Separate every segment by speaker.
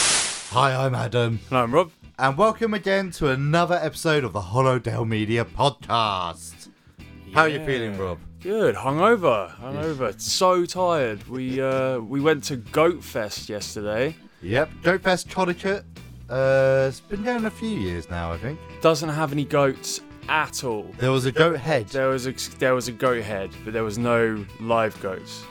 Speaker 1: Hi, I'm Adam,
Speaker 2: And I'm Rob.
Speaker 1: and welcome again to another episode of the Hollowdale Media Podcast. How are you
Speaker 2: Yeah.
Speaker 1: feeling, Rob?
Speaker 2: Good. Hungover. Hungover. So tired. We uh, we went to Goat Fest yesterday.
Speaker 1: Yep, Goat Fest Connecticut. Uh, it's been going a few years now, I think.
Speaker 2: Doesn't have any goats at all.
Speaker 1: There was a goat head.
Speaker 2: There was a, there was a goat head, but there was no live goats.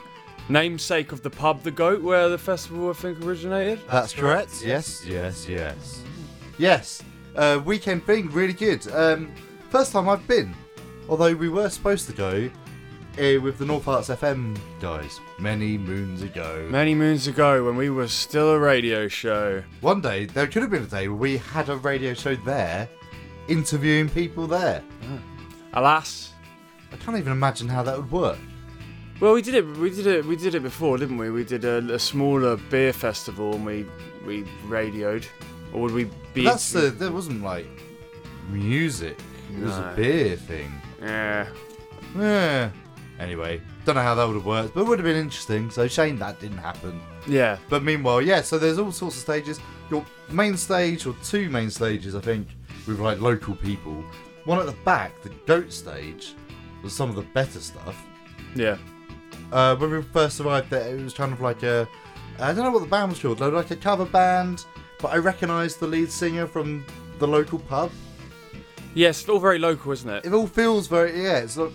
Speaker 2: Namesake of the pub, the Goat, where the festival I think originated.
Speaker 1: That's correct. Yes, yes, yes. Yes, uh, weekend thing, really good. Um, first time I've been, although we were supposed to go uh, with the North Arts FM guys many moons ago.
Speaker 2: Many moons ago, when we were still a radio show.
Speaker 1: One day, there could have been a day where we had a radio show there, interviewing people there.
Speaker 2: Alas.
Speaker 1: I can't even imagine how that would work.
Speaker 2: Well, we did it. We did it. We did it before, didn't we? We did a, a smaller beer festival, and we we radioed, or would we be?
Speaker 1: That's the, there wasn't like music. It was a
Speaker 2: No.
Speaker 1: beer thing.
Speaker 2: Yeah.
Speaker 1: Yeah. Anyway, don't know how that would have worked, but it would have been interesting. So shame that didn't happen.
Speaker 2: Yeah.
Speaker 1: But meanwhile, yeah, so there's all sorts of stages. Your main stage, or two main stages, I think, with like local people. One at the back, the goat stage, was some of the better stuff.
Speaker 2: Yeah.
Speaker 1: Uh, when we first arrived there, it was kind of like a. I don't know what the band was called, like a cover band, but I recognised the lead singer from the local pub.
Speaker 2: Yes, it's all very local, isn't it?
Speaker 1: It all feels very. Yeah, it's like,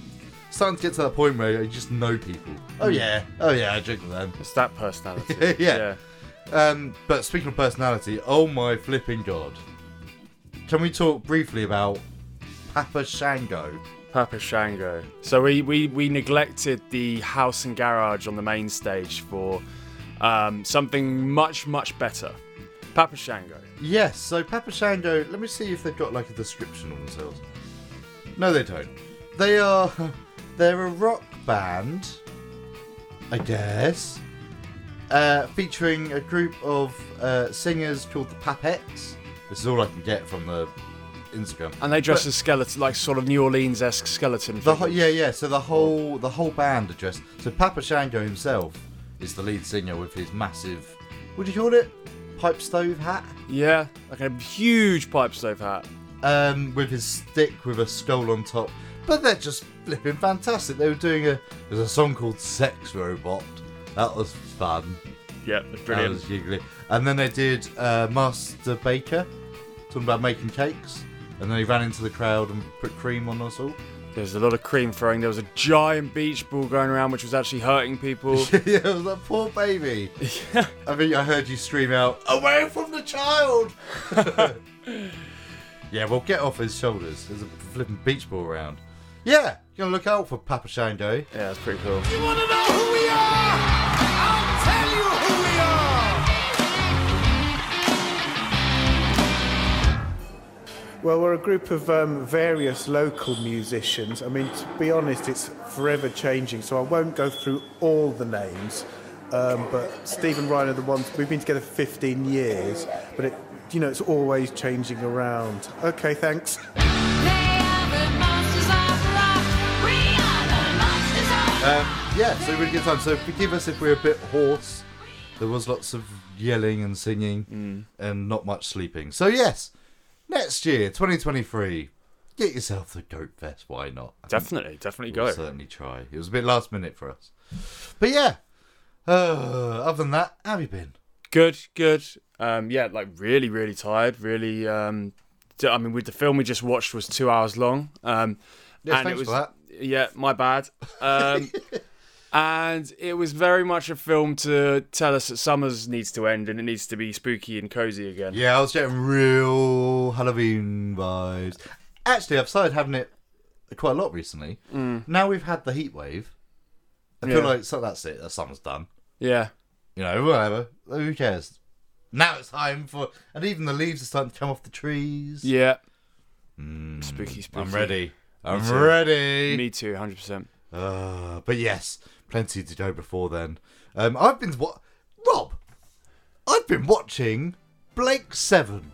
Speaker 1: starting to get to that point where you just know people. Oh, yeah. Oh, yeah, I drink with them.
Speaker 2: It's that personality.
Speaker 1: Yeah. Um, but speaking of personality, oh my flipping god. Can we talk briefly about Papa Shango?
Speaker 2: Papa Shango. So we, we, we neglected the house and garage on the main stage for um, something much, much better. Papa Shango.
Speaker 1: Yes, so Papa Shango, let me see if they've got like a description on themselves. No, they don't. They are. They're a rock band, I guess, uh, featuring a group of uh, singers called the Papettes. This is all I can get from the Instagram.
Speaker 2: And they dress
Speaker 1: But-
Speaker 2: as skeleton, like sort of New Orleans esque skeleton.
Speaker 1: The whole,
Speaker 2: figures.
Speaker 1: yeah, yeah. So the whole the whole band addressed. So Papa Shango himself is the lead singer with his massive, what do you call it, pipe stove hat,
Speaker 2: yeah. Like a huge pipe stove hat.
Speaker 1: um, with his stick with a skull on top. But they're just flipping fantastic. They were doing a there's a song called Sex Robot. That was fun.
Speaker 2: Yeah,
Speaker 1: That was giggly. And then they did uh, Master Baker, talking about making cakes. And then he ran into the crowd and put cream on us all.
Speaker 2: Um, There's a lot of cream throwing. There was a giant beach ball going around, which was actually hurting people.
Speaker 1: yeah, it was like, poor baby. I mean, I heard you scream out, away from the child! yeah, well, get off his shoulders. There's a flipping beach ball around. Yeah, you're gonna look out for Papa Shango.
Speaker 2: yeah, that's pretty cool.
Speaker 3: You want to know who we are? I'll tell you who we are.
Speaker 4: Well, we're a group of um, various local musicians. I mean, to be honest, it's forever changing, so I won't go through all the names. Um, but Steve and Ryan are the ones we've been together 15 years, but it, you know, it's always changing around. Okay, thanks.
Speaker 5: They are the monsters of rock. We are the monsters of
Speaker 1: Um, yeah, so really good time. So forgive us if we're a bit hoarse. There was lots of yelling and singing
Speaker 2: Mm.
Speaker 1: and not much sleeping. So, yes, next year, 2023, get yourself the Goat Fest. Why not?
Speaker 2: Definitely, definitely
Speaker 1: We'll
Speaker 2: go.
Speaker 1: certainly try. It was a bit last minute for us. But yeah, uh, other than that, how have you been?
Speaker 2: good good um yeah like really really tired really um d- i mean with the film we just watched was two hours long um
Speaker 1: Yes,
Speaker 2: and it
Speaker 1: thanks
Speaker 2: was
Speaker 1: for that.
Speaker 2: yeah my bad um and it was very much a film to tell us that summers needs to end and it needs to be spooky and cozy again
Speaker 1: Yeah, I was getting real Halloween vibes. Actually, I've started having it quite a lot recently. Now we've had the heat wave. I feel
Speaker 2: Mm. Yeah.
Speaker 1: like so that's it. That summer's done.
Speaker 2: yeah
Speaker 1: You know, whatever. Who cares? Now it's time for, and even the leaves are starting to come off the trees.
Speaker 2: yeah spooky spooky
Speaker 1: Hmm, I'm ready. I'm
Speaker 2: too.
Speaker 1: ready.
Speaker 2: me too 100 percent
Speaker 1: Uh, but yes, plenty to go before then. Um, I've been what Rob. I've been watching Blake Seven.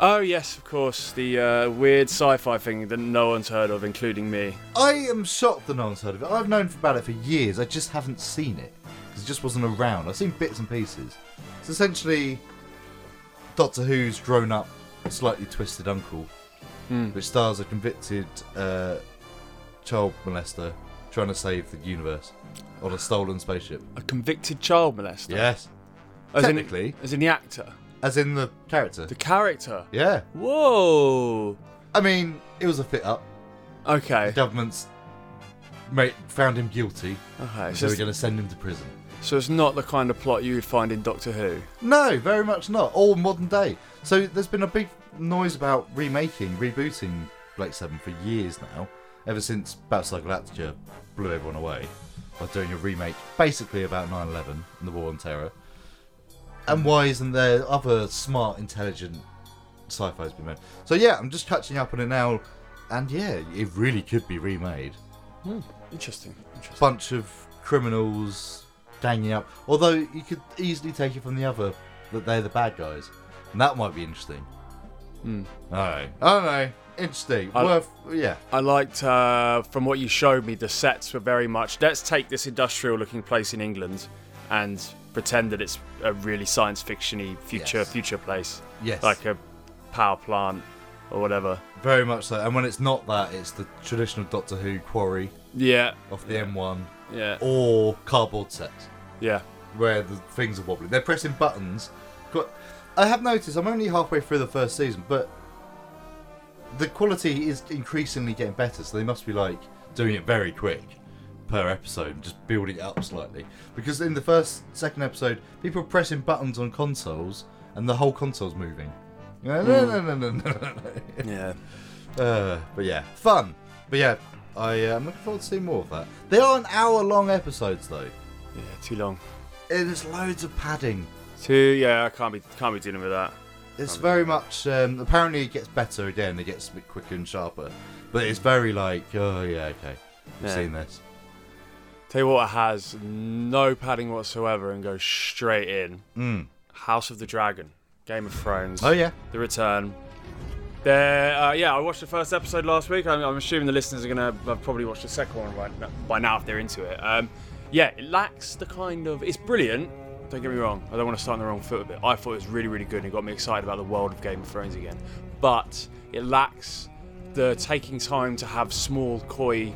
Speaker 2: oh yes of course the uh, weird sci-fi thing that no one's heard of including me
Speaker 1: I am shocked that no one's heard of it. I've known about it for years. I just haven't seen it because it just wasn't around. I've seen bits and pieces. It's essentially Doctor Who's grown up, slightly twisted uncle, which stars a convicted uh, child molester trying to save the universe on a stolen spaceship.
Speaker 2: A convicted child molester.
Speaker 1: Yes,
Speaker 2: As in-
Speaker 1: technically.
Speaker 2: as in the actor,
Speaker 1: as in the character.
Speaker 2: the character.
Speaker 1: Yeah,
Speaker 2: Whoa.
Speaker 1: I mean, it was a fit up. The
Speaker 2: Okay.
Speaker 1: government's mate found him guilty,
Speaker 2: Okay.
Speaker 1: so
Speaker 2: So,
Speaker 1: we're
Speaker 2: it's,
Speaker 1: going to send him to prison.
Speaker 2: so it's not the kind of plot you would find in Doctor Who.
Speaker 1: No, very much not. All modern day. So there's been a big noise about remaking, rebooting Blake Seven for years now. Ever since Battlestar Galactica blew everyone away by doing a remake, basically about 9/11 and the War on Terror. And why isn't there other smart, intelligent sci-fi's been made? So yeah, I'm just catching up on it now, and yeah, it really could be remade
Speaker 2: Interesting. Interesting.
Speaker 1: bunch of criminals ganging up. Although you could easily take it from the other that they're the bad guys, and that might be interesting. I don't know. I don't know. Interesting.
Speaker 2: Hmm. I-
Speaker 1: Worth. Yeah.
Speaker 2: I liked uh, from what you showed me. The sets were very much. Let's take this industrial-looking place in England, and pretend that it's a really science fictiony future
Speaker 1: Yes.
Speaker 2: future place.
Speaker 1: Yes.
Speaker 2: Like a power plant or whatever.
Speaker 1: Very much so. And when it's not that, it's the traditional Doctor Who quarry
Speaker 2: Yeah.
Speaker 1: off the M1
Speaker 2: Yeah.
Speaker 1: Oh. or cardboard sets
Speaker 2: Yeah.
Speaker 1: where the things are wobbling. They're pressing buttons. Got. I have noticed. I'm only halfway through the first season, but the quality is increasingly getting better, so they must be like doing it very quick per episode, just building it up slightly. Because in the first, second episode, people are pressing buttons on consoles, and the whole console's moving. No, no, no, no, no, no.
Speaker 2: Yeah.
Speaker 1: Uh, but yeah, fun. But yeah, I am looking forward to seeing more of that. They are an hour-long episodes though.
Speaker 2: Yeah. Too long.
Speaker 1: And There's loads of padding.
Speaker 2: Too. Yeah. I can't be can't be dealing with that.
Speaker 1: It's very much. Um, apparently, it gets better again. It gets a bit quicker and sharper, but it's very like, oh yeah, okay, we've
Speaker 2: Yeah.
Speaker 1: seen this.
Speaker 2: Tell you what, it has no padding whatsoever and goes straight in. House of the Dragon, Game of Thrones.
Speaker 1: Hmm. Oh yeah,
Speaker 2: The Return. There, uh, yeah, I watched the first episode last week. I'm, I'm assuming the listeners are gonna have probably watched the second one right, by now if they're into it. Um, yeah, it lacks the kind of. It's brilliant. Don't get me wrong. I don't want to start on the wrong foot a bit. I thought it was really, really good and it got me excited about the world of Game of Thrones again. But it lacks the taking time to have small, coy,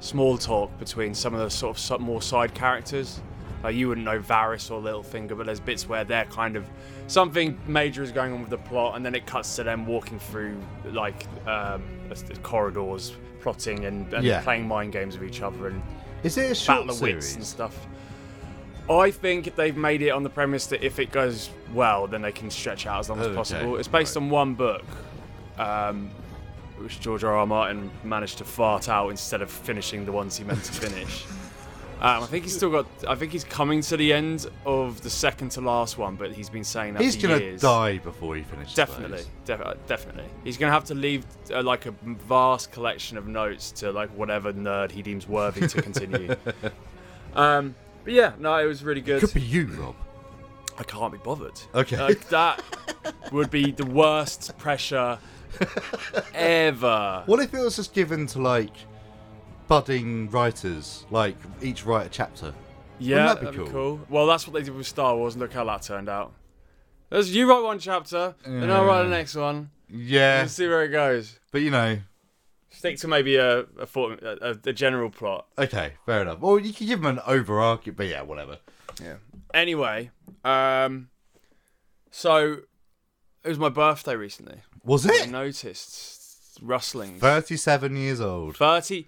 Speaker 2: small talk between some of the sort of sub- more side characters. Like you wouldn't know Varys or Littlefinger, but there's bits where they're kind of something major is going on with the plot, and then it cuts to them walking through like um, the corridors, plotting and, and
Speaker 1: Yeah.
Speaker 2: playing mind games with each other and
Speaker 1: is it a short
Speaker 2: battle of wits and
Speaker 1: series?
Speaker 2: stuff. I think they've made it on the premise that if it goes well, then they can stretch out as long as
Speaker 1: Okay,
Speaker 2: possible. It's based
Speaker 1: right.
Speaker 2: on one book, um, which George R. R. Martin managed to fart out instead of finishing the ones he meant to finish. Um, I think he's still got. I think he's coming to the end of the second to last one, but he's been saying that
Speaker 1: He's
Speaker 2: for
Speaker 1: gonna
Speaker 2: years.
Speaker 1: die before he finishes.
Speaker 2: Definitely,
Speaker 1: those.
Speaker 2: def- uh, definitely. He's gonna have to leave uh, like a vast collection of notes to like whatever nerd he deems worthy to continue. um, but yeah, no, it was really good.
Speaker 1: Could be you, Rob.
Speaker 2: I can't be bothered.
Speaker 1: Okay.
Speaker 2: Like, that would be the worst pressure ever.
Speaker 1: What if it was just given to like budding writers, like each write a chapter?
Speaker 2: Yeah,
Speaker 1: that be
Speaker 2: that'd be
Speaker 1: cool?
Speaker 2: cool. Well, that's what they did with Star Wars, and look how that turned out. There's- you write one chapter, then I'll write the next one.
Speaker 1: Yeah,
Speaker 2: Let's see where it goes.
Speaker 1: but you know,
Speaker 2: Stick to maybe a a, form- a, a- a general plot.
Speaker 1: okay, fair enough. Or you could give him an overarching, but yeah, whatever.
Speaker 2: Anyway, um, so it was my birthday recently.
Speaker 1: Was
Speaker 2: I
Speaker 1: it?
Speaker 2: noticed rustlings.
Speaker 1: Thirty-seven years old.
Speaker 2: Thirty.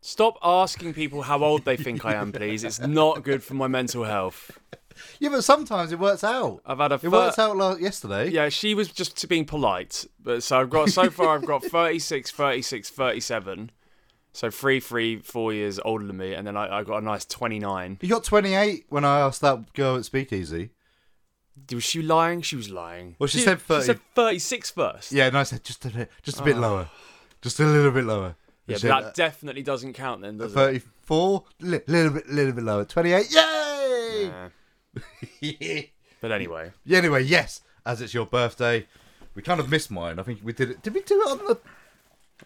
Speaker 2: Stop asking people how old they think I am, please. It's not good for my mental health.
Speaker 1: Yeah, but sometimes it works out.
Speaker 2: I've had a
Speaker 1: It
Speaker 2: fir-
Speaker 1: worked out like yesterday.
Speaker 2: Yeah, she was just being polite. But so I've got so far I've got 36, 36, 37. So three, three, four years older than me, and then I, I got a nice twenty nine.
Speaker 1: You got 28 when I asked that girl at Speakeasy.
Speaker 2: Was she lying? She was lying.
Speaker 1: Well, she said 30.
Speaker 2: She said thirty six first.
Speaker 1: Yeah, and I said just a bit, just a bit lower, just a little bit lower.
Speaker 2: Ah. yeah
Speaker 1: And she
Speaker 2: but that
Speaker 1: said,
Speaker 2: definitely doesn't count then, does
Speaker 1: uh,
Speaker 2: it?
Speaker 1: 34, li- little bit, little bit lower. 28. Yay!
Speaker 2: Yeah. But anyway,
Speaker 1: Yeah, anyway, yes, as it's your birthday, we kind of missed mine. I think we did it. Did we do it on the?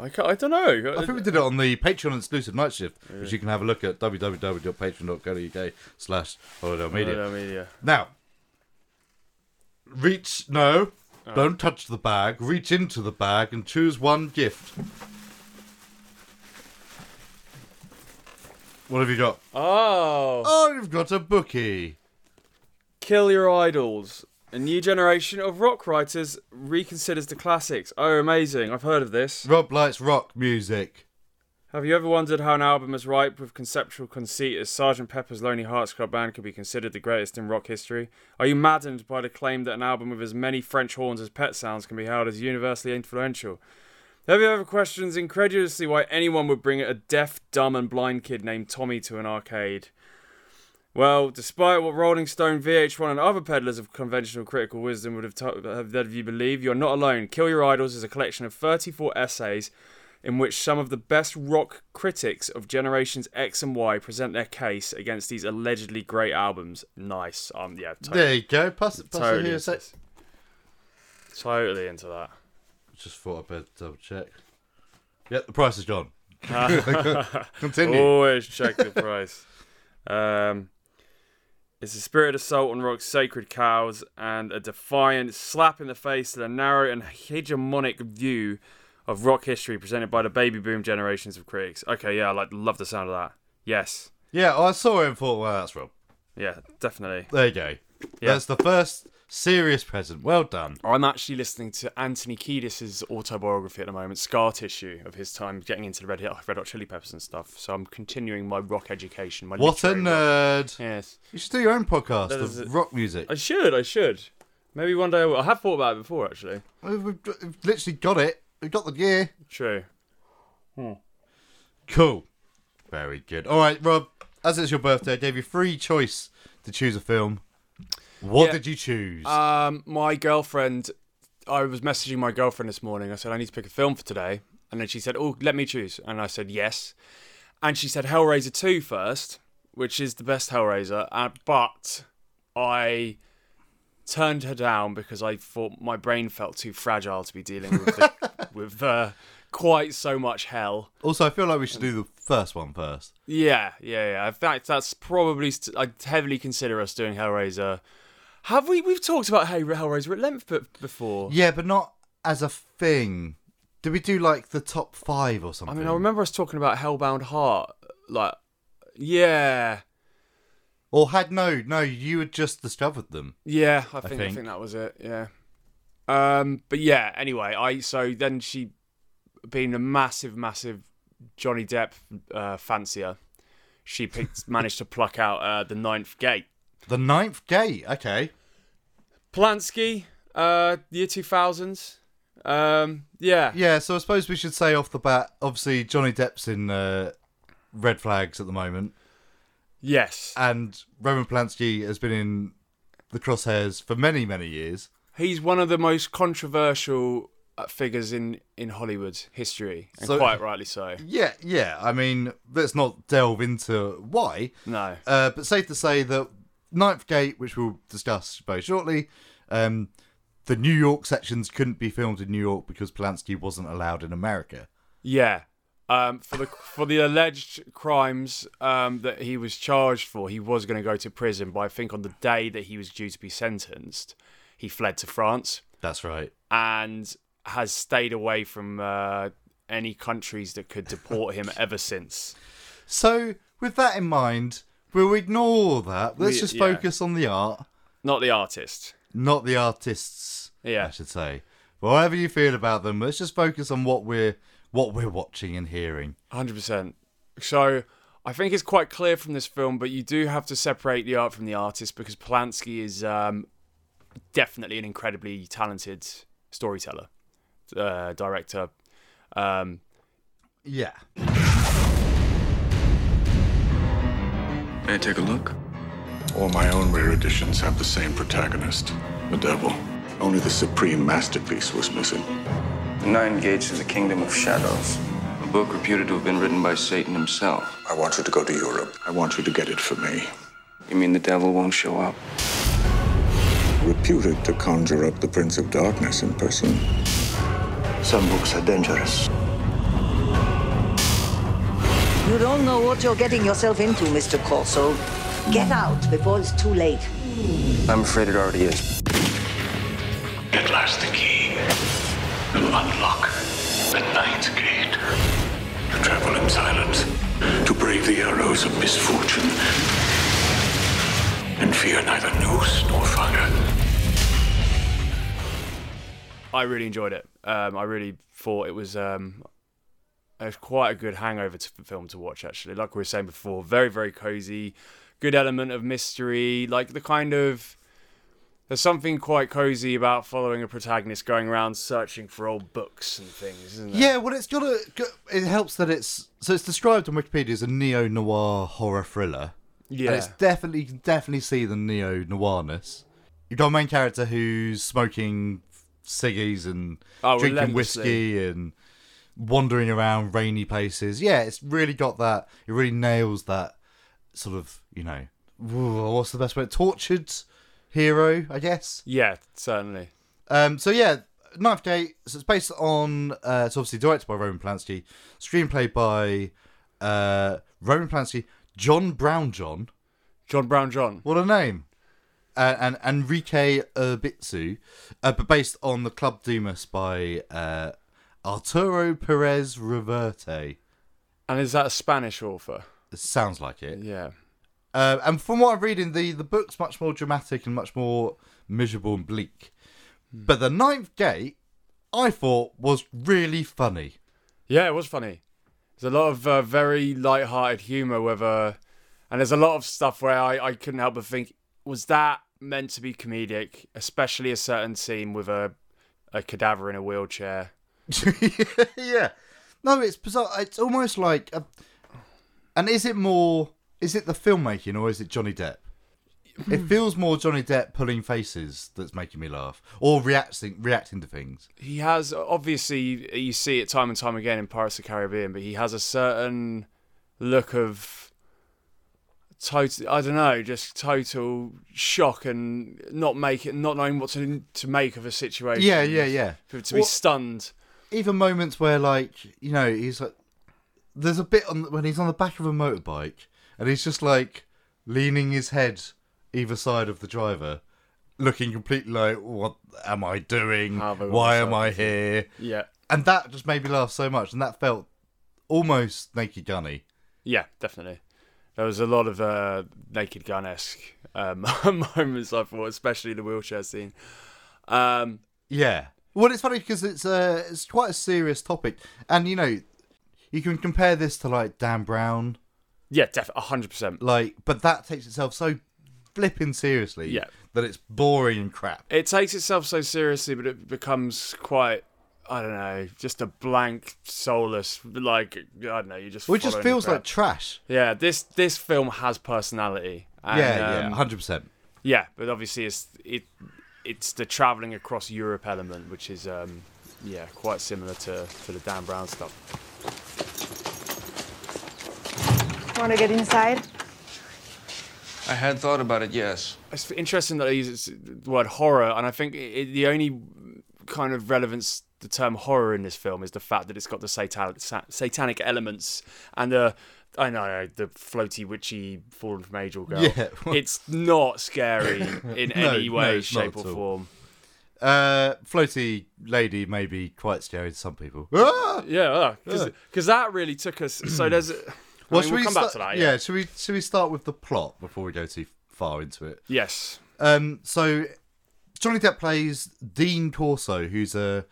Speaker 2: I, ca- I don't know.
Speaker 1: I think we did it on the Patreon exclusive night shift, which you can have a look at www.patreon.co.uk/slash holiday media.
Speaker 2: media.
Speaker 1: Now, reach no. Don't touch the bag. Reach into the bag and choose one gift. What have you got?
Speaker 2: Oh.
Speaker 1: Oh, you've got a bookie.
Speaker 2: Kill Your Idols. A new generation of rock writers reconsiders the classics. Oh, amazing. I've heard of this.
Speaker 1: Rob likes rock music.
Speaker 2: Have you ever wondered how an album as ripe with conceptual conceit as Sgt. Pepper's Lonely Hearts Club Band could be considered the greatest in rock history? Are you maddened by the claim that an album with as many French horns as Pet Sounds can be held as universally influential? Have you ever questioned incredulously why anyone would bring a deaf, dumb, and blind kid named Tommy to an arcade? Well, despite what Rolling Stone, VH1, and other peddlers of conventional critical wisdom would have, to- have led you believe, you're not alone. Kill Your Idols is a collection of 34 essays in which some of the best rock critics of generations X and Y present their case against these allegedly great albums. Nice. Um, yeah, totally,
Speaker 1: There you go. Pass it, pass it
Speaker 2: totally,
Speaker 1: here a
Speaker 2: into
Speaker 1: sec.
Speaker 2: this. totally into that.
Speaker 1: Just thought I'd better double check. Yep, the price is gone. Continue.
Speaker 2: Always check the price. Um, it's a spirit assault on Rock's sacred cows and a defiant slap in the face to the narrow and hegemonic view of rock history presented by the baby boom generations of critics. Okay, yeah, I like love the sound of that. Yes,
Speaker 1: Yeah, I saw it and thought, well, that's Rob.
Speaker 2: yeah, definitely.
Speaker 1: There you go. That's the first serious present. Well done.
Speaker 2: I'm actually listening to Anthony Kiedis' autobiography at the moment, Scar Tissue, of his time getting into the Red, Red Hot Chili Peppers and stuff. So I'm continuing my rock education. My
Speaker 1: What uh, a
Speaker 2: literary rock-
Speaker 1: nerd.
Speaker 2: Yes.
Speaker 1: You should do your own podcast
Speaker 2: That is
Speaker 1: of
Speaker 2: a-
Speaker 1: rock music.
Speaker 2: I should. I should. Maybe one day I will. I have thought about it before, actually.
Speaker 1: We've, we've- we've literally got it. We've got the gear.
Speaker 2: True.
Speaker 1: Cool. Very good. All right, Rob, as it's your birthday, I gave you free choice to choose a film. What
Speaker 2: Yeah.
Speaker 1: did you choose?
Speaker 2: Um, my girlfriend. I was messaging my girlfriend this morning. I said I need to pick a film for today, and then she said, "Oh, let me choose." And I said, "Yes." And she said Hellraiser 2 first, which is the best Hellraiser. Uh, but I turned her down because I thought my brain felt too fragile to be dealing with the, with uh, quite so much hell.
Speaker 1: also, I feel like we should do the first one first.
Speaker 2: Yeah, yeah, yeah. In fact, that's probably st- I'd heavily consider us doing Hellraiser. Have we? We've talked about Hell- Hellraiser at length be- before.
Speaker 1: Yeah, but not as a thing. Did we do like the top five or
Speaker 2: I
Speaker 1: something?
Speaker 2: mean, I remember us talking about Hellbound Heart. Like, yeah,
Speaker 1: Or had no, no, you had just discovered them.
Speaker 2: yeah. I think I think,
Speaker 1: think.
Speaker 2: that was it. Yeah. Um. But yeah. Anyway, I so then she, being a massive, massive Johnny Depp uh, fancier, she picked managed to pluck out uh, the Ninth Gate.
Speaker 1: The Ninth Gate. Okay.
Speaker 2: Polanski, uh, year two thousands. Um, yeah,
Speaker 1: Yeah, so I suppose we should say off the bat. Obviously, Johnny Depp's in uh, Red Flags at the moment,
Speaker 2: yes,
Speaker 1: and Roman Polanski has been in the crosshairs for many, many years.
Speaker 2: he's one of the most controversial uh, figures in in Hollywood history, and
Speaker 1: So-
Speaker 2: quite rightly so.
Speaker 1: Yeah, yeah. I mean, let's not delve into why,
Speaker 2: No,
Speaker 1: uh, but safe to say that Ninth Gate, which we'll discuss very shortly, um, the New York sections couldn't be filmed in New York because Polanski wasn't allowed in America.
Speaker 2: yeah. Um, for the for the alleged crimes um, that he was charged for, he was going to go to prison. But I think on the day that he was due to be sentenced, he fled to France.
Speaker 1: That's right.
Speaker 2: and has stayed away from uh, any countries that could deport him ever since.
Speaker 1: So, with that in mind, we'll ignore all that. Let's
Speaker 2: We-
Speaker 1: just
Speaker 2: yeah.
Speaker 1: focus on the art.
Speaker 2: Not the artist.
Speaker 1: not the artists.
Speaker 2: Yeah.
Speaker 1: I should say. Whatever you feel about them, let's just focus on what we're what we're watching and hearing.
Speaker 2: 100%. So I think it's quite clear from this film, but you do have to separate the art from the artist because Polanski is um, definitely an incredibly talented storyteller, uh, director. Um,
Speaker 1: Yeah.
Speaker 6: May I take a look?
Speaker 7: All my own rare editions have the same protagonist, the devil. Only the supreme masterpiece was missing.
Speaker 6: The Nine Gates is a kingdom of shadows. A book reputed to have been written by Satan himself.
Speaker 7: I want you to go to Europe. I want you to get it for me.
Speaker 6: You mean the devil won't show up?
Speaker 7: Reputed to conjure up the Prince of Darkness in person.
Speaker 8: Some books are dangerous.
Speaker 9: You don't know what you're getting yourself into, Mr. Corso. Get out before it's too late.
Speaker 6: I'm afraid it already is.
Speaker 7: Get At last, the key to unlock the Ninth Gate. To travel in silence, to brave the arrows of misfortune, and fear neither noose nor fire.
Speaker 2: I really enjoyed it. Um, I really thought it was um, it was quite a good hangover to, film to watch. Actually, like we were saying before, very very cozy, good element of mystery, like the kind of there's something quite cozy about following a protagonist going around searching for old books and things, isn't there?
Speaker 1: Yeah, well, it's got a. It helps that it's so it's described on Wikipedia as a neo noir horror thriller.
Speaker 2: Yeah,
Speaker 1: And it's definitely you can definitely see the neo noirness. You've got a main character who's smoking ciggies and
Speaker 2: Oh,
Speaker 1: drinking
Speaker 2: relentlessly.
Speaker 1: whiskey and wandering around rainy places. Yeah, it's really got that. It really nails that sort of you know wh- what's the best word? Tortured hero, I guess.
Speaker 2: yeah, certainly.
Speaker 1: Um, so yeah, Knife Gate. So it's based on. Uh, it's obviously directed by Roman Polanski, screenplay by uh, Roman Polanski, John Brown, John.
Speaker 2: John Brown John.
Speaker 1: What a name. Uh, and and Enrique Urbitsu, uh, but based on the Club Dumas by uh, Arturo Perez Reverte.
Speaker 2: And is that a Spanish author?
Speaker 1: It sounds like it.
Speaker 2: Yeah.
Speaker 1: Uh, and from what I'm reading, the, the book's much more dramatic and much more miserable and bleak. But The Ninth Gate, I thought, was really funny.
Speaker 2: Yeah, it was funny. There's a lot of uh, very light-hearted humour, whether, and there's a lot of stuff where I, I couldn't help but think, was that meant to be comedic? Especially a certain scene with a a cadaver in a wheelchair.
Speaker 1: yeah. No, it's bizarre. It's almost like. A... And is it more. Is it the filmmaking or is it Johnny Depp?
Speaker 2: Hmm.
Speaker 1: It feels more Johnny Depp pulling faces that's making me laugh or reacting reacting to things.
Speaker 2: He has obviously you see it time and time again in Pirates of the Caribbean, but he has a certain look of total I don't know, just total shock and not make it, not knowing what to to make of a situation.
Speaker 1: Yeah, yeah, yeah.
Speaker 2: To, to be
Speaker 1: Well-
Speaker 2: stunned.
Speaker 1: Even moments where like you know he's like, there's a bit on when he's on the back of a motorbike and he's just like leaning his head either side of the driver, looking completely like what am I doing?
Speaker 2: How have I got
Speaker 1: Why am
Speaker 2: myself
Speaker 1: I here?
Speaker 2: Yeah.
Speaker 1: and that just made me laugh so much, and that felt almost naked gunny.
Speaker 2: Yeah, definitely. There was a lot of uh, Naked Gun esque um, moments, I thought, especially the wheelchair scene. Um,
Speaker 1: Yeah. Well, it's funny because it's a it's quite a serious topic, and you know, you can compare this to like Dan Brown,
Speaker 2: yeah, definitely, 100%.
Speaker 1: like, but that takes itself so flipping seriously
Speaker 2: Yeah.
Speaker 1: that it's boring and crap.
Speaker 2: It takes itself so seriously, but it becomes quite, I don't know, just a blank, soulless, like, I don't know, you just.
Speaker 1: Which just
Speaker 2: following the
Speaker 1: feels like
Speaker 2: crowd.
Speaker 1: trash.
Speaker 2: yeah, this this film has personality. And,
Speaker 1: yeah, yeah,
Speaker 2: um,
Speaker 1: hundred percent.
Speaker 2: yeah, but obviously it's it it's the traveling across Europe element, which is um, yeah quite similar to, to the Dan Brown stuff.
Speaker 10: Want to get inside?
Speaker 6: I had thought about it, yes.
Speaker 2: It's interesting that I use the word horror, and I think it, the only kind of relevance the term horror in this film is the fact that it's got the satanic, sa- satanic elements and the I know the floaty witchy fallen from angel girl.
Speaker 1: Yeah.
Speaker 2: it's not scary in
Speaker 1: No,
Speaker 2: any
Speaker 1: no,
Speaker 2: way,
Speaker 1: it's not
Speaker 2: shape, or
Speaker 1: at all.
Speaker 2: form.
Speaker 1: Uh, floaty lady may be quite scary to some people. Ah!
Speaker 2: Yeah, because that really took us. So there's. I
Speaker 1: Well,
Speaker 2: mean,
Speaker 1: should
Speaker 2: we'll come back
Speaker 1: start-
Speaker 2: to that.
Speaker 1: Yeah,
Speaker 2: Yeah.
Speaker 1: should we should we start with the plot before we go too far into it?
Speaker 2: Yes.
Speaker 1: Um, so Johnny Depp plays Dean Corso, who's a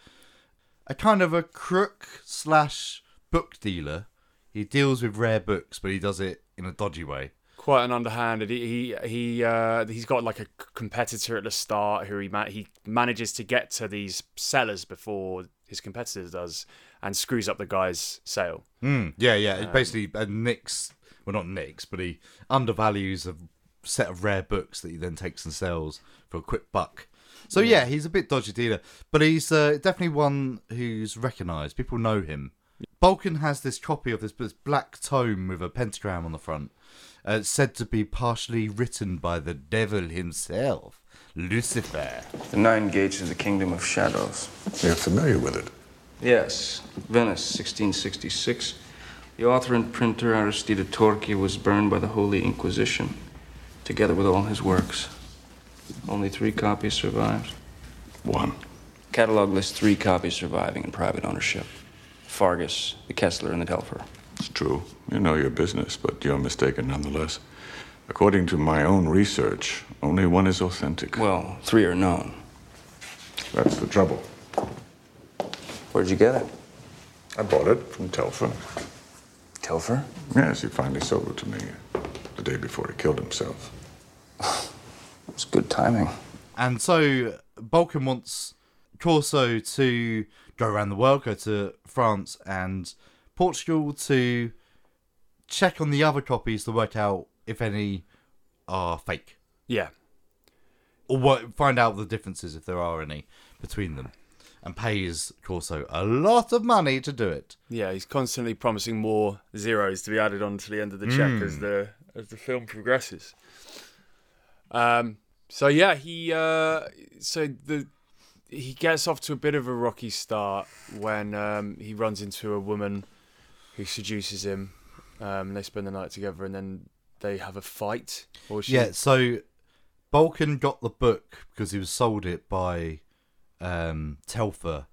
Speaker 1: a kind of a crook slash book dealer. He deals with rare books, but he does it in a dodgy way.
Speaker 2: quite an underhanded. He he, he uh, he's got like a c- competitor at the start who he ma- he manages to get to these sellers before his competitor does and screws up the guy's sale.
Speaker 1: Mm. Yeah, yeah. it basically, uh, nicks well, not nicks, but he undervalues a set of rare books that he then takes and sells for a quick buck. So yeah, he's a bit dodgy dealer, but he's uh, definitely one who's recognised. People know him. Balkan has this copy of this, this black tome with a pentagram on the front, uh, said to be partially written by the devil himself, Lucifer.
Speaker 6: The Nine Gates is the kingdom of shadows.
Speaker 7: You're familiar with it.
Speaker 6: Yes, Venice, 1666. The author and printer Aristide Torchi was burned by the Holy Inquisition, together with all his works. Only three copies survived.
Speaker 7: One.
Speaker 6: Catalog lists three copies surviving in private ownership Fargus, the Kessler, and the Telfer.
Speaker 7: It's true. You know your business, but you're mistaken nonetheless. According to my own research, only one is authentic.
Speaker 6: Well, three are known.
Speaker 7: That's the trouble.
Speaker 6: Where'd you get it?
Speaker 7: I bought it from Telfer.
Speaker 6: Telfer?
Speaker 7: Yes, he finally sold it to me the day before he killed himself.
Speaker 6: It's good timing.
Speaker 1: And so Balkan wants Corso to go around the world, go to France and Portugal to check on the other copies to work out if any are fake
Speaker 2: Yeah.
Speaker 1: or what, find out the differences if there are any between them. And pays Corso a lot of money to do it.
Speaker 2: Yeah, he's constantly promising more zeros to be added on to the end of the check as the as the film progresses. Um, so yeah, he uh, so the he gets off to a bit of a rocky start when um, he runs into a woman who seduces him. Um, they spend the night together and then they have a fight. Or she,
Speaker 1: Yeah, so Balkan got the book because he was sold it by um, Telfer,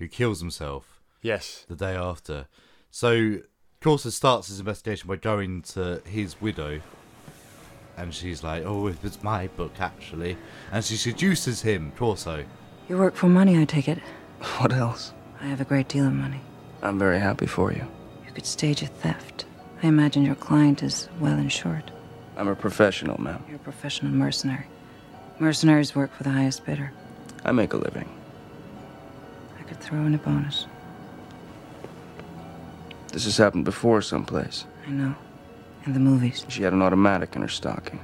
Speaker 1: who kills himself
Speaker 2: Yes.
Speaker 1: the day after. So Corsa starts his investigation by going to his widow, and she's like, "Oh, it was my book actually," and she seduces him, Corso.
Speaker 11: You work for money, I take it.
Speaker 6: What else?
Speaker 11: I have a great deal of money.
Speaker 6: I'm very happy for you.
Speaker 11: You could stage a theft. I imagine your client is well insured.
Speaker 6: I'm a professional, ma'am.
Speaker 11: You're a professional mercenary. Mercenaries work for the highest bidder.
Speaker 6: I make a living.
Speaker 11: I could throw in a bonus.
Speaker 6: This has happened before someplace.
Speaker 11: I know. In the movies.
Speaker 6: She had an automatic in her stocking.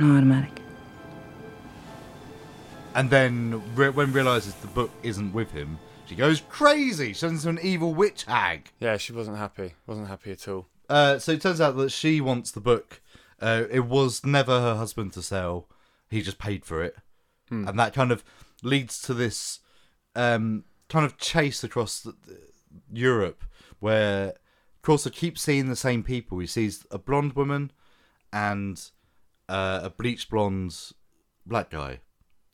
Speaker 11: No automatic.
Speaker 1: And then re- when realizes the book isn't with him, she goes crazy. She turns into an evil witch hag.
Speaker 2: Yeah, she wasn't happy. Wasn't happy at all.
Speaker 1: Uh, so it turns out that she wants the book. Uh, it was never her husband to sell. He just paid for it, and that kind of leads to this um, kind of chase across the, the- Europe, where Corsa keeps seeing the same people. He sees a blonde woman and uh, a bleached blonde black guy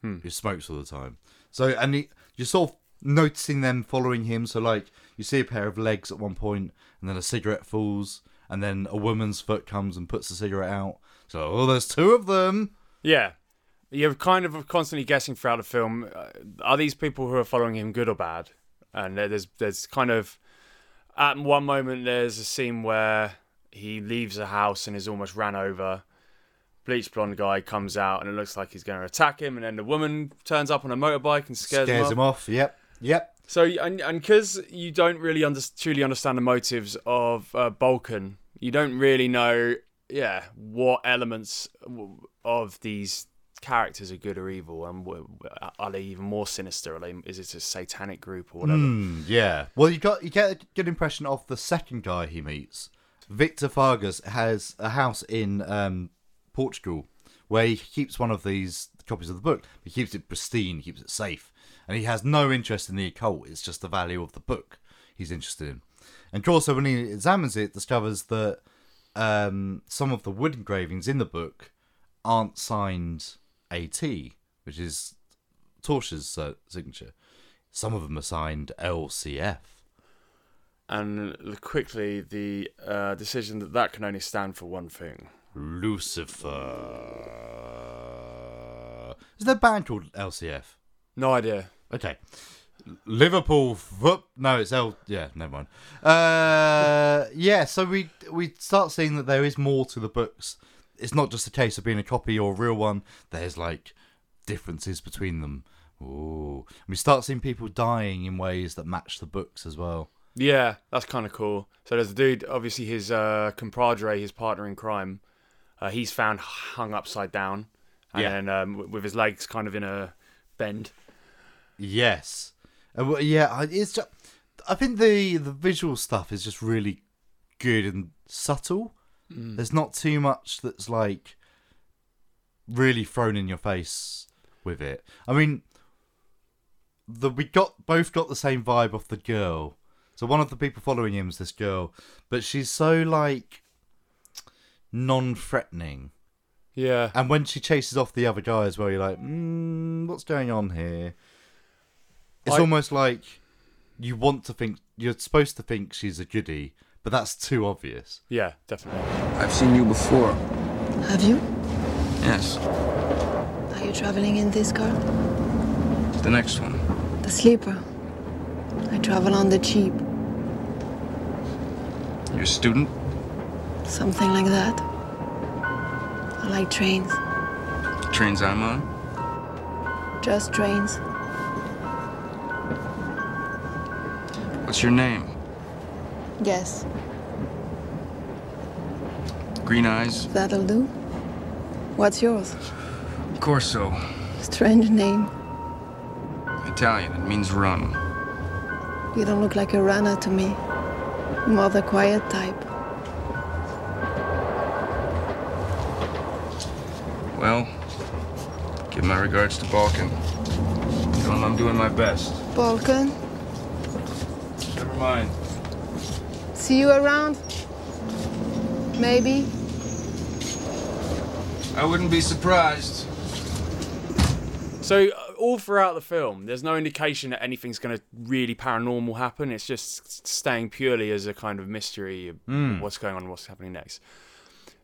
Speaker 1: who smokes all the time. So and he, you're sort of noticing them following him. So like you see a pair of legs at one point, and then a cigarette falls, and then a woman's foot comes and puts the cigarette out. So oh, there's two of them.
Speaker 2: Yeah. You're kind of constantly guessing throughout the film uh, are these people who are following him good or bad? And there- there's there's kind of at one moment there's a scene where he leaves a house and is almost ran over. Bleach blonde guy comes out and it looks like he's going to attack him, and then the woman turns up on a motorbike and scares,
Speaker 1: Scares him
Speaker 2: off.
Speaker 1: off. Yep, yep.
Speaker 2: So and and because you don't really under, truly understand the motives of uh, Balkan, you don't really know, yeah, what elements w- of these characters are good or evil, and w- are they even more sinister? Are they, is it a satanic group or whatever?
Speaker 1: Hmm, yeah. Well, you got you get a good impression of the second guy he meets. Victor Fargas has a house in um, Portugal where he keeps one of these copies of the book. He keeps it pristine, keeps it safe, and he has no interest in the occult. It's just the value of the book he's interested in. And Corso, when he examines it, discovers that um, some of the wood engravings in the book aren't signed AT, which is Torsh's uh, signature. Some of them are signed LCF.
Speaker 2: And quickly, the uh, decision that that can only stand for one thing.
Speaker 1: Lucifer. Is there a band called LCF?
Speaker 2: No idea.
Speaker 1: Okay. Liverpool foot. No, it's L. Yeah, never mind. Uh, yeah. So we we start seeing that there is more to the books. It's not just a case of being a copy or a real one. There's like differences between them. Ooh. And we start seeing people dying in ways that match the books as well.
Speaker 2: Yeah, that's kind of cool. So there's a dude, obviously his uh, compadre, his partner in crime, uh, he's found hung upside down, and
Speaker 1: Yeah.
Speaker 2: then um, w- with his legs kind of in a bend.
Speaker 1: Yes. Uh, well, yeah, I- it's just, I think the the visual stuff is just really good and subtle. There's not too much that's like really thrown in your face with it. I mean, the we got both got the same vibe off the girl. So one of the people following him is this girl, but she's so like non-threatening
Speaker 2: Yeah.
Speaker 1: And when she chases off the other guy as well, you're like, mm, what's going on here? It's
Speaker 2: I-
Speaker 1: almost like you want to think you're supposed to think she's a goodie, but that's too obvious.
Speaker 2: Yeah, definitely.
Speaker 6: I've seen you before.
Speaker 12: Have you?
Speaker 6: Yes.
Speaker 12: Are you traveling in this car?
Speaker 6: The next one.
Speaker 12: The sleeper. I travel on the jeep,
Speaker 6: Your student?
Speaker 12: something like that. I like trains,
Speaker 6: Trains I'm on?
Speaker 12: just trains.
Speaker 6: What's your name?
Speaker 12: Yes,
Speaker 6: Green Eyes?
Speaker 12: that'll do. What's yours?
Speaker 6: Corso.
Speaker 12: Strange name.
Speaker 6: Italian. It means run.
Speaker 12: You don't look like a runner to me. More the quiet type.
Speaker 6: Well, give my regards to Balkan. Tell him I'm doing my best.
Speaker 12: Balkan,
Speaker 6: Never mind.
Speaker 12: see you around? Maybe.
Speaker 6: I wouldn't be surprised.
Speaker 2: So uh, all throughout the film, there's no indication that anything's going to really paranormal happen. It's just s- staying purely as a kind of mystery of
Speaker 1: Mm.
Speaker 2: what's going on, what's happening next.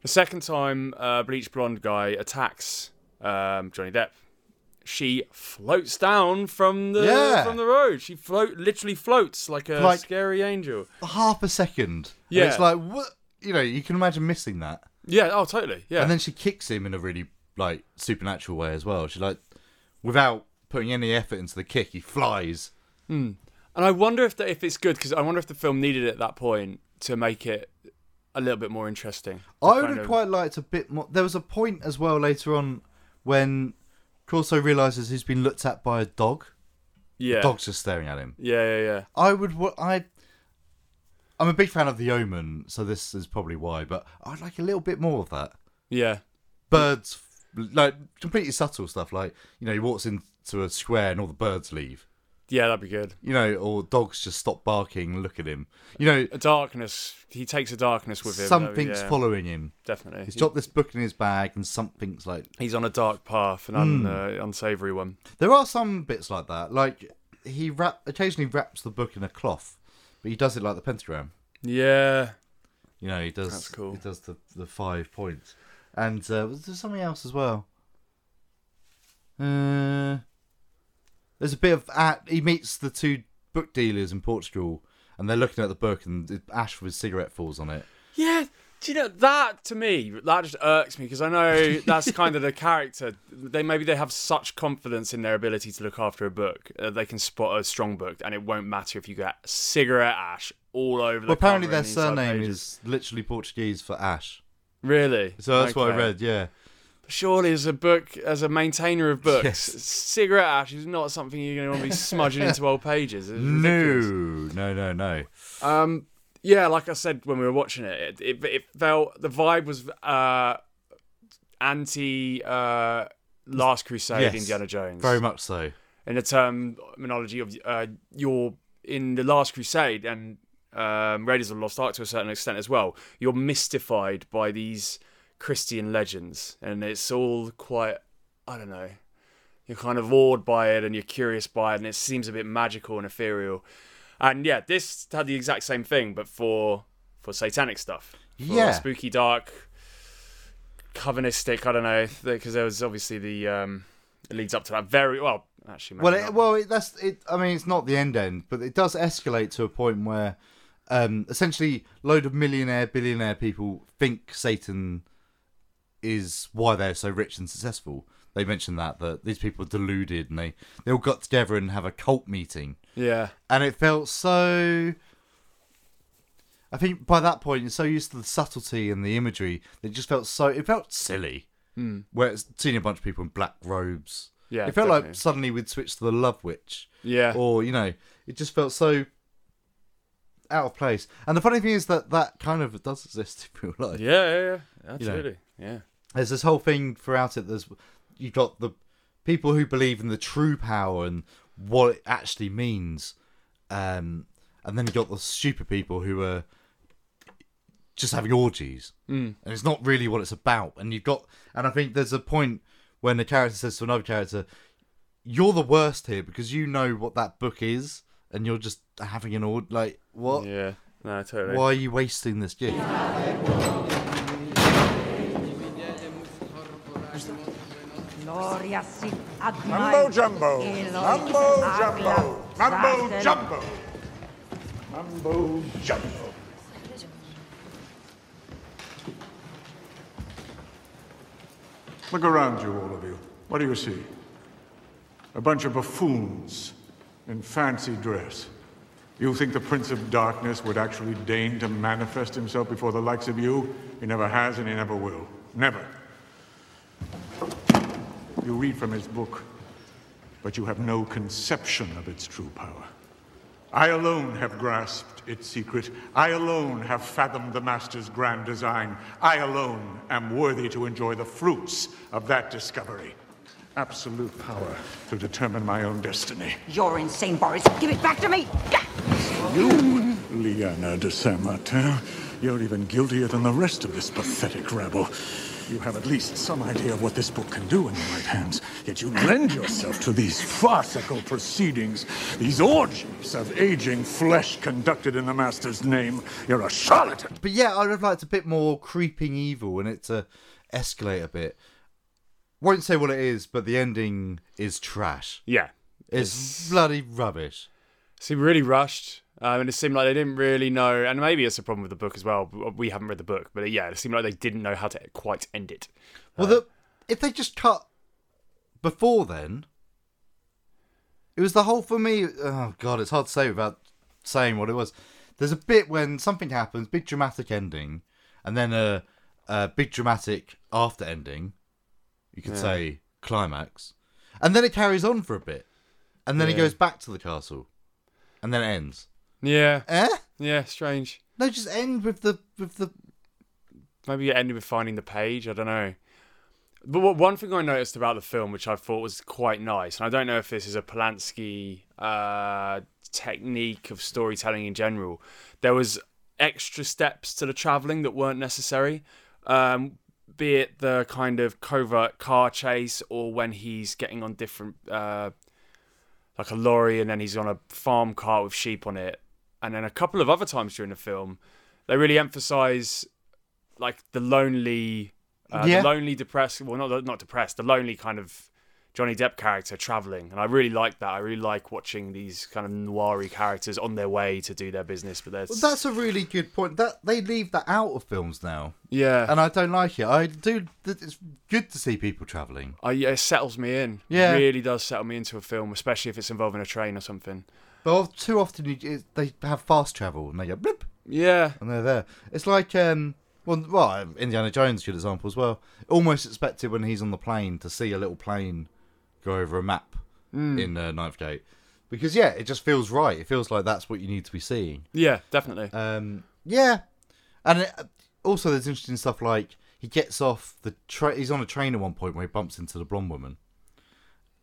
Speaker 2: The second time, uh, bleach blonde guy attacks um, Johnny Depp. She floats down from the
Speaker 1: Yeah.
Speaker 2: from the road. She float literally floats like a
Speaker 1: Like-
Speaker 2: scary angel.
Speaker 1: Half a second. And
Speaker 2: Yeah.
Speaker 1: it's like what you know. You can imagine missing that.
Speaker 2: Yeah. Oh, totally. Yeah.
Speaker 1: And then she kicks him in a really like supernatural way as well. She like without putting any effort into the kick, he flies.
Speaker 2: Hmm. And I wonder if the, if it's good because I wonder if the film needed it at that point to make it a little bit more interesting. To
Speaker 1: I would
Speaker 2: kind
Speaker 1: have
Speaker 2: of-
Speaker 1: quite liked a bit more. There was a point as well later on when Corso realizes he's been looked at by a dog.
Speaker 2: Yeah.
Speaker 1: the dog's just staring at him.
Speaker 2: Yeah, yeah, yeah.
Speaker 1: I would. wa- I. I'm a big fan of The Omen, so this is probably why. But I'd like a little bit more of that.
Speaker 2: Yeah.
Speaker 1: Birds, like completely subtle stuff, like you know, he walks into a square and all the birds leave.
Speaker 2: Yeah, that'd be good.
Speaker 1: You know, or dogs just stop barking and look at him. You know,
Speaker 2: A darkness. He takes a darkness with him.
Speaker 1: something's
Speaker 2: yeah.
Speaker 1: following him.
Speaker 2: Definitely.
Speaker 1: he's dropped this book in his bag, and something's like
Speaker 2: He's on a dark path, an
Speaker 1: Hmm.
Speaker 2: un, uh, unsavory one.
Speaker 1: There are some bits like that. Like he wrap occasionally wraps the book in a cloth, but he does it like the pentagram.
Speaker 2: Yeah.
Speaker 1: You know, he does.
Speaker 2: That's cool.
Speaker 1: He does the the five points, and uh, was there something else as well? Uh, there's a bit of uh, he meets the two book dealers in Portugal, and they're looking at the book, and the ash from his cigarette falls on it.
Speaker 2: Yeah. Do you know that to me? That just irks me because I know that's kind of the character. They maybe they have such confidence in their ability to look after a book, uh, they can spot a strong book, and it won't matter if you get cigarette ash all over the.
Speaker 1: Well, apparently
Speaker 2: cover
Speaker 1: their
Speaker 2: and the inside
Speaker 1: surname
Speaker 2: pages.
Speaker 1: is literally Portuguese for ash.
Speaker 2: Really?
Speaker 1: So that's what I
Speaker 2: Okay.
Speaker 1: read. Yeah.
Speaker 2: Surely, as a book, as a maintainer of books,
Speaker 1: Yes.
Speaker 2: cigarette ash is not something you're going to want to be smudging into old pages. It's
Speaker 1: No,
Speaker 2: ridiculous.
Speaker 1: no, no, no.
Speaker 2: Um, yeah, like I said when we were watching it, it, it, it felt the vibe was uh, anti uh, Last Crusade
Speaker 1: Yes,
Speaker 2: Indiana Jones.
Speaker 1: Very much so.
Speaker 2: In the terminology of uh, you're in the Last Crusade and um, Raiders of the Lost Ark to a certain extent as well. You're mystified by these Christian legends, and it's all quite I don't know. You're kind of awed by it and you're curious by it, and it seems a bit magical and ethereal. And yeah, this had the exact same thing, but for for satanic stuff, for
Speaker 1: Yeah.
Speaker 2: spooky, dark, covenistic. I don't know, because there was obviously the um, it leads up to that very well. Actually, maybe
Speaker 1: Well,
Speaker 2: not.
Speaker 1: it, well, it, that's it. I mean, it's not the end end, but it does escalate to a point where, um, essentially, load of millionaire, billionaire people think Satan is why they're so rich and successful. They mention that that these people are deluded, and they they all got together and have a cult meeting,
Speaker 2: yeah,
Speaker 1: and it felt so. I think by that point, you're so used to the subtlety and the imagery that it just felt so. It felt silly.
Speaker 2: Mm.
Speaker 1: Where it's seeing a bunch of people in black robes.
Speaker 2: Yeah,
Speaker 1: It felt
Speaker 2: definitely.
Speaker 1: like suddenly we'd switch to the Love Witch.
Speaker 2: Yeah.
Speaker 1: Or, you know, it just felt so out of place. And the funny thing is that that kind of does exist in real life.
Speaker 2: yeah, yeah, yeah,
Speaker 1: You know.
Speaker 2: absolutely, yeah.
Speaker 1: There's this whole thing throughout it. There's you've got the people who believe in the true power and what it actually means, um, and then you've got the stupid people who are just having orgies,
Speaker 2: Mm.
Speaker 1: and it's not really what it's about. And you've got, and I think there's a point when the character says to another character, "You're the worst here because you know what that book is, and you're just having an orgy. Like what?
Speaker 2: Yeah, no, totally.
Speaker 1: Why are you wasting this gift?"
Speaker 13: Gloria sic admai.
Speaker 14: Mumbo jumbo.
Speaker 13: Elois
Speaker 14: Mumbo
Speaker 13: ad
Speaker 14: jumbo. Mumbo
Speaker 13: laudate.
Speaker 14: jumbo. Mumbo jumbo. Look around you, all of you. What do you see? A bunch of buffoons in fancy dress. You think the Prince of Darkness would actually deign to manifest himself before the likes of you? He never has and he never will. Never. You read from his book, but you have no conception of its true power. I alone have grasped its secret. I alone have fathomed the Master's grand design. I alone am worthy to enjoy the fruits of that discovery. Absolute power to determine my own destiny.
Speaker 13: You're insane, Boris. Give it back to me.
Speaker 14: You, Liana de Saint Martin, you're even guiltier than the rest of this pathetic rabble. You have at least some idea of what this book can do in the right hands, yet you lend yourself to these farcical proceedings, these orgies of aging flesh conducted in the Master's name. You're a charlatan.
Speaker 1: But yeah, I would have liked a bit more creeping evil and it to escalate a bit. Won't say what it is, but the ending is trash.
Speaker 2: Yeah.
Speaker 1: It's, bloody rubbish.
Speaker 2: Seemed really rushed. Um, and it seemed like they didn't really know, and maybe it's a problem with the book as well. uh, We haven't read the book, but yeah, it seemed like they didn't know how to quite end it.
Speaker 1: Well, the, if they just cut before then, it was the whole for me. Oh god, it's hard to say without saying what it was. There's a bit when something happens, big dramatic ending, and then a, a big dramatic after ending. You could
Speaker 2: Yeah.
Speaker 1: say climax, and then it carries on for a bit, and then it
Speaker 2: Yeah.
Speaker 1: goes back to the castle, and then it ends.
Speaker 2: Yeah.
Speaker 1: Eh?
Speaker 2: Yeah, strange.
Speaker 1: No, just end with the with the.
Speaker 2: Maybe it ended with finding the page. I don't know. But what, one thing I noticed about the film, which I thought was quite nice, and I don't know if this is a Polanski uh, technique of storytelling in general, there was extra steps to the traveling that weren't necessary. Um, be it the kind of covert car chase, or when he's getting on different uh, like a lorry and then he's on a farm cart with sheep on it. And then a couple of other times during the film, they really emphasize like the lonely, uh,
Speaker 1: Yeah.
Speaker 2: the lonely, depressed, well, not, not depressed, the lonely kind of Johnny Depp character traveling. And I really like that. I really like watching these kind of noiry characters on their way to do their business, but there's.
Speaker 1: Well, that's a really good point. That they leave that out of films now.
Speaker 2: Yeah.
Speaker 1: and I don't like it. I do. th- It's good to see people traveling.
Speaker 2: I, yeah, it settles me in.
Speaker 1: Yeah.
Speaker 2: It really does settle me into a film, especially if it's involving a train or something.
Speaker 1: But of- too often you, it, they have fast travel and they go blip.
Speaker 2: Yeah.
Speaker 1: And they're there. It's like, um, well, well, Indiana Jones, good example as well. Almost expected when he's on the plane to see a little plane go over a map
Speaker 2: Mm.
Speaker 1: in uh, Ninth Gate. Because, yeah, it just feels right. It feels like that's what you need to be seeing.
Speaker 2: Yeah, definitely.
Speaker 1: Um, yeah, and it, also there's interesting stuff like he gets off the train. He's on a train at one point where he bumps into the blonde woman,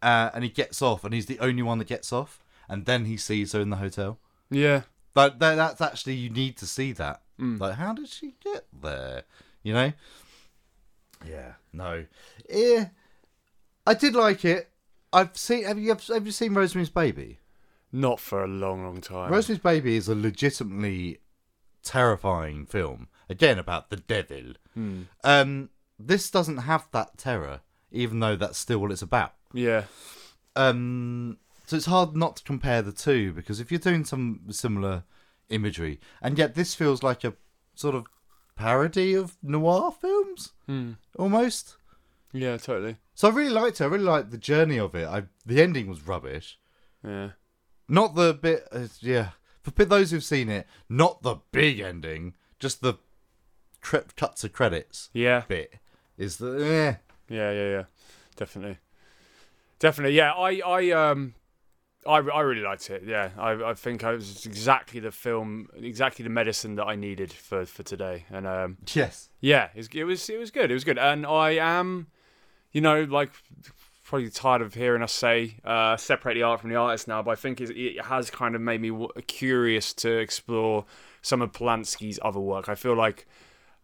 Speaker 1: uh, and he gets off, and he's the only one that gets off. And then he sees her in the hotel.
Speaker 2: Yeah.
Speaker 1: But tha- that's actually you need to see that. Like, how did she get there? You know. Yeah. No. Yeah. I did like it. I've seen. Have you have you seen Rosemary's Baby?
Speaker 2: Not for a long, long time.
Speaker 1: Rosemary's Baby is a legitimately terrifying film. Again, about the devil.
Speaker 2: Hmm.
Speaker 1: Um, this doesn't have that terror, even though that's still what it's about.
Speaker 2: Yeah.
Speaker 1: Um, so it's hard not to compare the two because if you're doing some similar imagery, and yet this feels like a sort of parody of noir films
Speaker 2: Hmm.
Speaker 1: almost.
Speaker 2: Yeah, totally.
Speaker 1: So I really liked it. I really liked the journey of it. I the ending was rubbish.
Speaker 2: Yeah.
Speaker 1: Not the bit. Uh, yeah. For p- those who've seen it, not the big ending, just the cre- cuts of credits.
Speaker 2: Yeah.
Speaker 1: Bit is the eh.
Speaker 2: Yeah, yeah, yeah. Definitely. Definitely. Yeah, I I um I, I really liked it. Yeah. I I think I was exactly the film exactly the medicine that I needed for for today. And um
Speaker 1: yes.
Speaker 2: Yeah, it was, it was it was good. It was good, and I am, you know, like probably tired of hearing us say uh, separate the art from the artist now, but I think it's- it has kind of made me w- curious to explore some of Polanski's other work. I feel like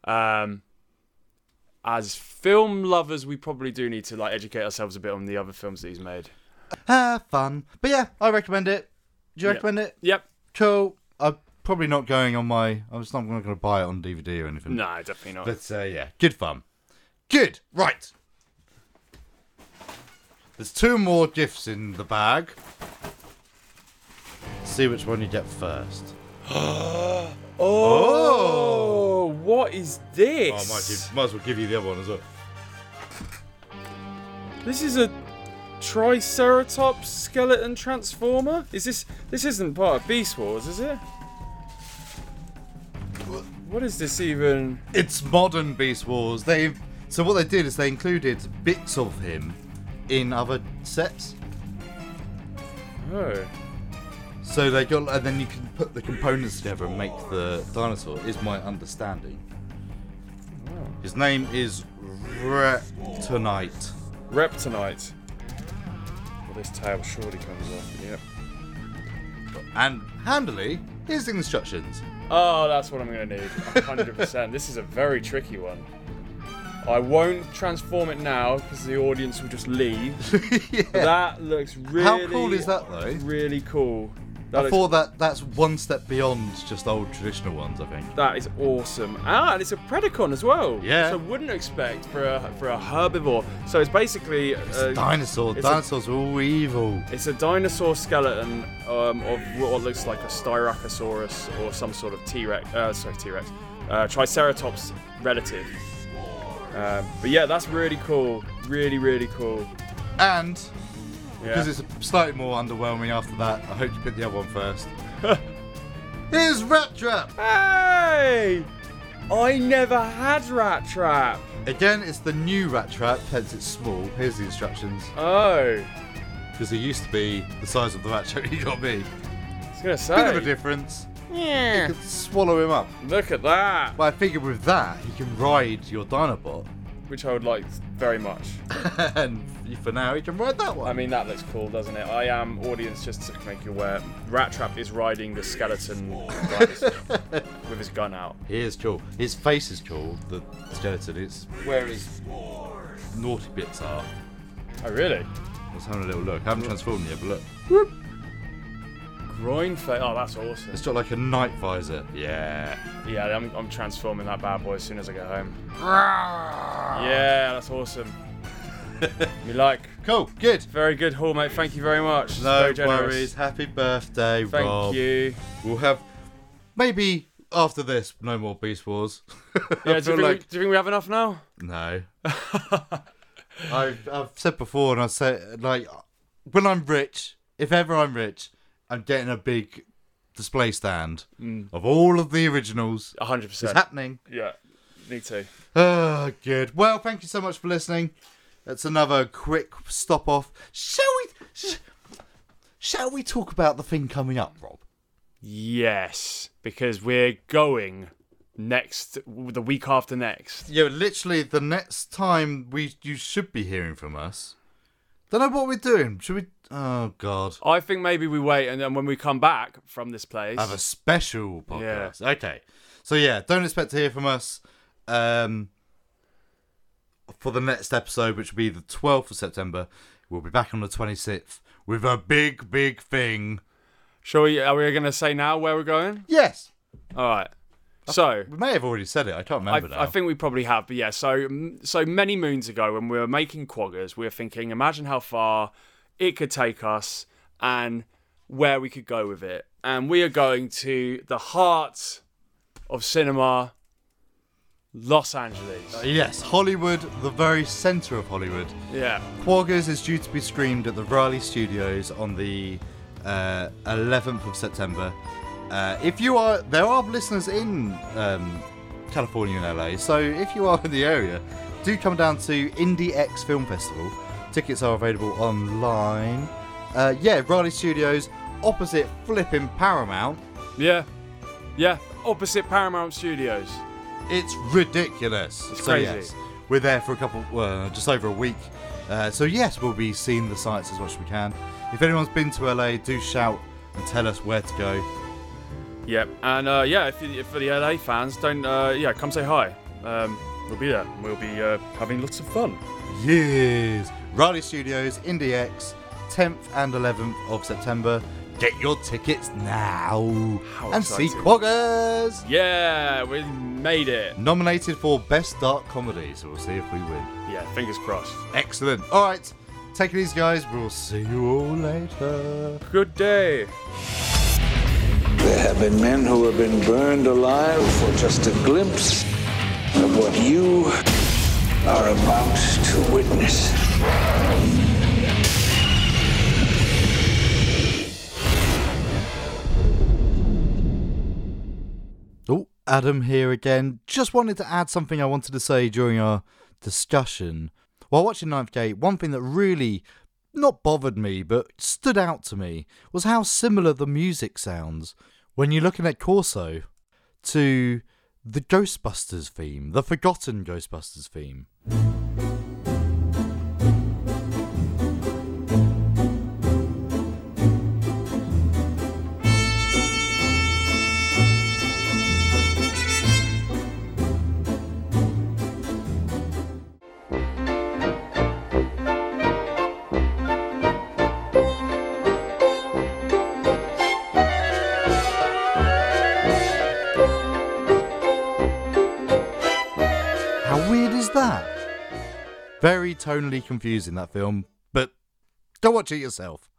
Speaker 2: um, as film lovers, we probably do need to like educate ourselves a bit on the other films that he's made.
Speaker 1: Have fun. But yeah, I recommend it. Do you
Speaker 2: Yep.
Speaker 1: recommend it?
Speaker 2: Yep.
Speaker 1: Cool. I'm probably not going on my. I was not going to buy it on DVD or anything.
Speaker 2: No, definitely not.
Speaker 1: But uh, yeah, good fun. Good. Right. There's two more gifts in the bag. See which one you get first.
Speaker 2: oh,
Speaker 1: Oh.
Speaker 2: what is
Speaker 1: Oh,
Speaker 2: this?
Speaker 1: I might, give- might as well give you the other one as well.
Speaker 2: This is a Triceratops skeleton transformer. Is this? This isn't part of Beast Wars, is it? What is this even?
Speaker 1: It's modern Beast Wars. They so what they did is they included bits of him in other sets.
Speaker 2: Oh.
Speaker 1: So they got, and then you can put the components together and make the dinosaur. Is my understanding. His name is Reptonite.
Speaker 2: Reptonite. Well, this tail surely comes off. Yep.
Speaker 1: And handily, here's the instructions.
Speaker 2: Oh, that's what I'm gonna need. 100%. this is a very tricky one. I won't transform it now because the audience will just leave. That looks really.
Speaker 1: How cool is that though?
Speaker 2: Really cool. That
Speaker 1: I
Speaker 2: looks-
Speaker 1: thought that that's one step beyond just old traditional ones. I think.
Speaker 2: That is awesome. Ah, and it's a Predacon as well.
Speaker 1: Yeah.
Speaker 2: So wouldn't expect for a for a herbivore. So it's basically uh, it's
Speaker 1: a dinosaur. Dinosaurs are all evil.
Speaker 2: It's a dinosaur skeleton um, of what looks like a Styracosaurus or some sort of T-Rex. Uh, sorry, T-Rex. Uh, Triceratops relative. Um, but yeah, that's really cool. Really, really cool.
Speaker 1: And
Speaker 2: Yeah.
Speaker 1: because it's slightly more underwhelming after that, I hope you pick the other one first. Here's Rat Trap.
Speaker 2: Hey! I never had Rat Trap.
Speaker 1: Again, it's the new Rat Trap, hence it's small. Here's the instructions.
Speaker 2: Oh.
Speaker 1: Because it used to be the size of the rat trap you got me.
Speaker 2: I was gonna say.
Speaker 1: Bit of a difference.
Speaker 2: Yeah.
Speaker 1: You could swallow him up.
Speaker 2: Look at that.
Speaker 1: But I figure with that, you can ride your Dinobot.
Speaker 2: Which I would like very much.
Speaker 1: and for now, you can ride that one.
Speaker 2: I mean, that looks cool, doesn't it? I am, audience, just to make you aware, Rat Trap is riding the skeleton dinosaur with his gun out.
Speaker 1: He is cool. His face is cool, the skeleton. It's where his naughty bits are.
Speaker 2: Oh, really?
Speaker 1: I was having a little look. I haven't transformed yet, but look.
Speaker 2: Groin face. Oh, that's awesome.
Speaker 1: It's got like a night visor. Yeah.
Speaker 2: Yeah, I'm, I'm transforming that bad boy as soon as I get home. Ah. Yeah, that's awesome. Me like.
Speaker 1: Cool, good.
Speaker 2: Very good, Hall, mate. Thank you very much. It's
Speaker 1: No
Speaker 2: very generous.
Speaker 1: worries. Happy birthday,
Speaker 2: Thank
Speaker 1: Rob.
Speaker 2: you.
Speaker 1: We'll have maybe after this, no more Beast Wars. I
Speaker 2: Yeah, do,
Speaker 1: feel
Speaker 2: you
Speaker 1: like
Speaker 2: think we, do you think we have enough now?
Speaker 1: no. I've, I've said before, and I say like when I'm rich, if ever I'm rich, I'm getting a big display stand
Speaker 2: Mm.
Speaker 1: of all of the originals.
Speaker 2: 100%.
Speaker 1: It's happening.
Speaker 2: Yeah, need to.
Speaker 1: Ah, good. Well, thank you so much for listening. That's another quick stop off. Shall we? Sh- shall we talk about the thing coming up, Rob?
Speaker 2: Yes, because we're going next, the week after next.
Speaker 1: Yeah, literally the next time we you should be hearing from us. Don't know what we're doing. Should we? Oh God.
Speaker 2: I think maybe we wait, and then when we come back from this place,
Speaker 1: Have a special podcast. Okay. So yeah, don't expect to hear from us um, for the next episode, which will be the 12th of September. We'll be back on the 26th with a big, big thing.
Speaker 2: Shall we? Are we going to say now where we're going?
Speaker 1: Yes.
Speaker 2: All right. So
Speaker 1: we may have already said it. I can't
Speaker 2: I,
Speaker 1: remember now.
Speaker 2: I think we probably have, but yeah. So mm, so many moons ago, when we were making quaggers, we were thinking, imagine how far it could take us and where we could go with it. And we are going to the heart of cinema, Los Angeles.
Speaker 1: Uh, Yes, Hollywood, the very centre of Hollywood.
Speaker 2: Yeah.
Speaker 1: Quaggers is due to be streamed at the Riley Studios on the uh, 11th of September. Uh, if you are, there are listeners in um, California and LA, so if you are in the area, do come down to Indie X Film Festival. Tickets are available online. Uh, yeah, Riley Studios, opposite flipping Paramount.
Speaker 2: Yeah. Yeah. Opposite Paramount Studios.
Speaker 1: It's ridiculous.
Speaker 2: It's
Speaker 1: so
Speaker 2: crazy.
Speaker 1: yes, we're there for a couple, well, just over a week. Uh, so yes, we'll be seeing the sights as much as we can. If anyone's been to LA, do shout and tell us where to go.
Speaker 2: Yep. And uh, yeah, if, you- if for the LA fans, don't uh, yeah, come say hi. Um, we'll be there. We'll be uh, having lots of fun.
Speaker 1: Yes. Riley Studios, IndieX, 10th and 11th of September. Get your tickets now and see
Speaker 2: exciting.
Speaker 1: Quaggers.
Speaker 2: Yeah, we made it.
Speaker 1: Nominated for Best Dark Comedy, so we'll see if we win.
Speaker 2: Yeah, fingers crossed.
Speaker 1: Excellent. All right, take it easy, guys. We'll see you all later.
Speaker 2: Good day.
Speaker 8: There have been men who have been burned alive for just a glimpse of what you are about to witness.
Speaker 1: Oh, Adam here again. Just wanted to add something I wanted to say during our discussion. While watching Ninth Gate, one thing that really not bothered me but stood out to me was how similar the music sounds when you're looking at Corso to the Ghostbusters theme, the forgotten Ghostbusters theme. How weird is that? Very tonally confusing, that film, but go watch it yourself.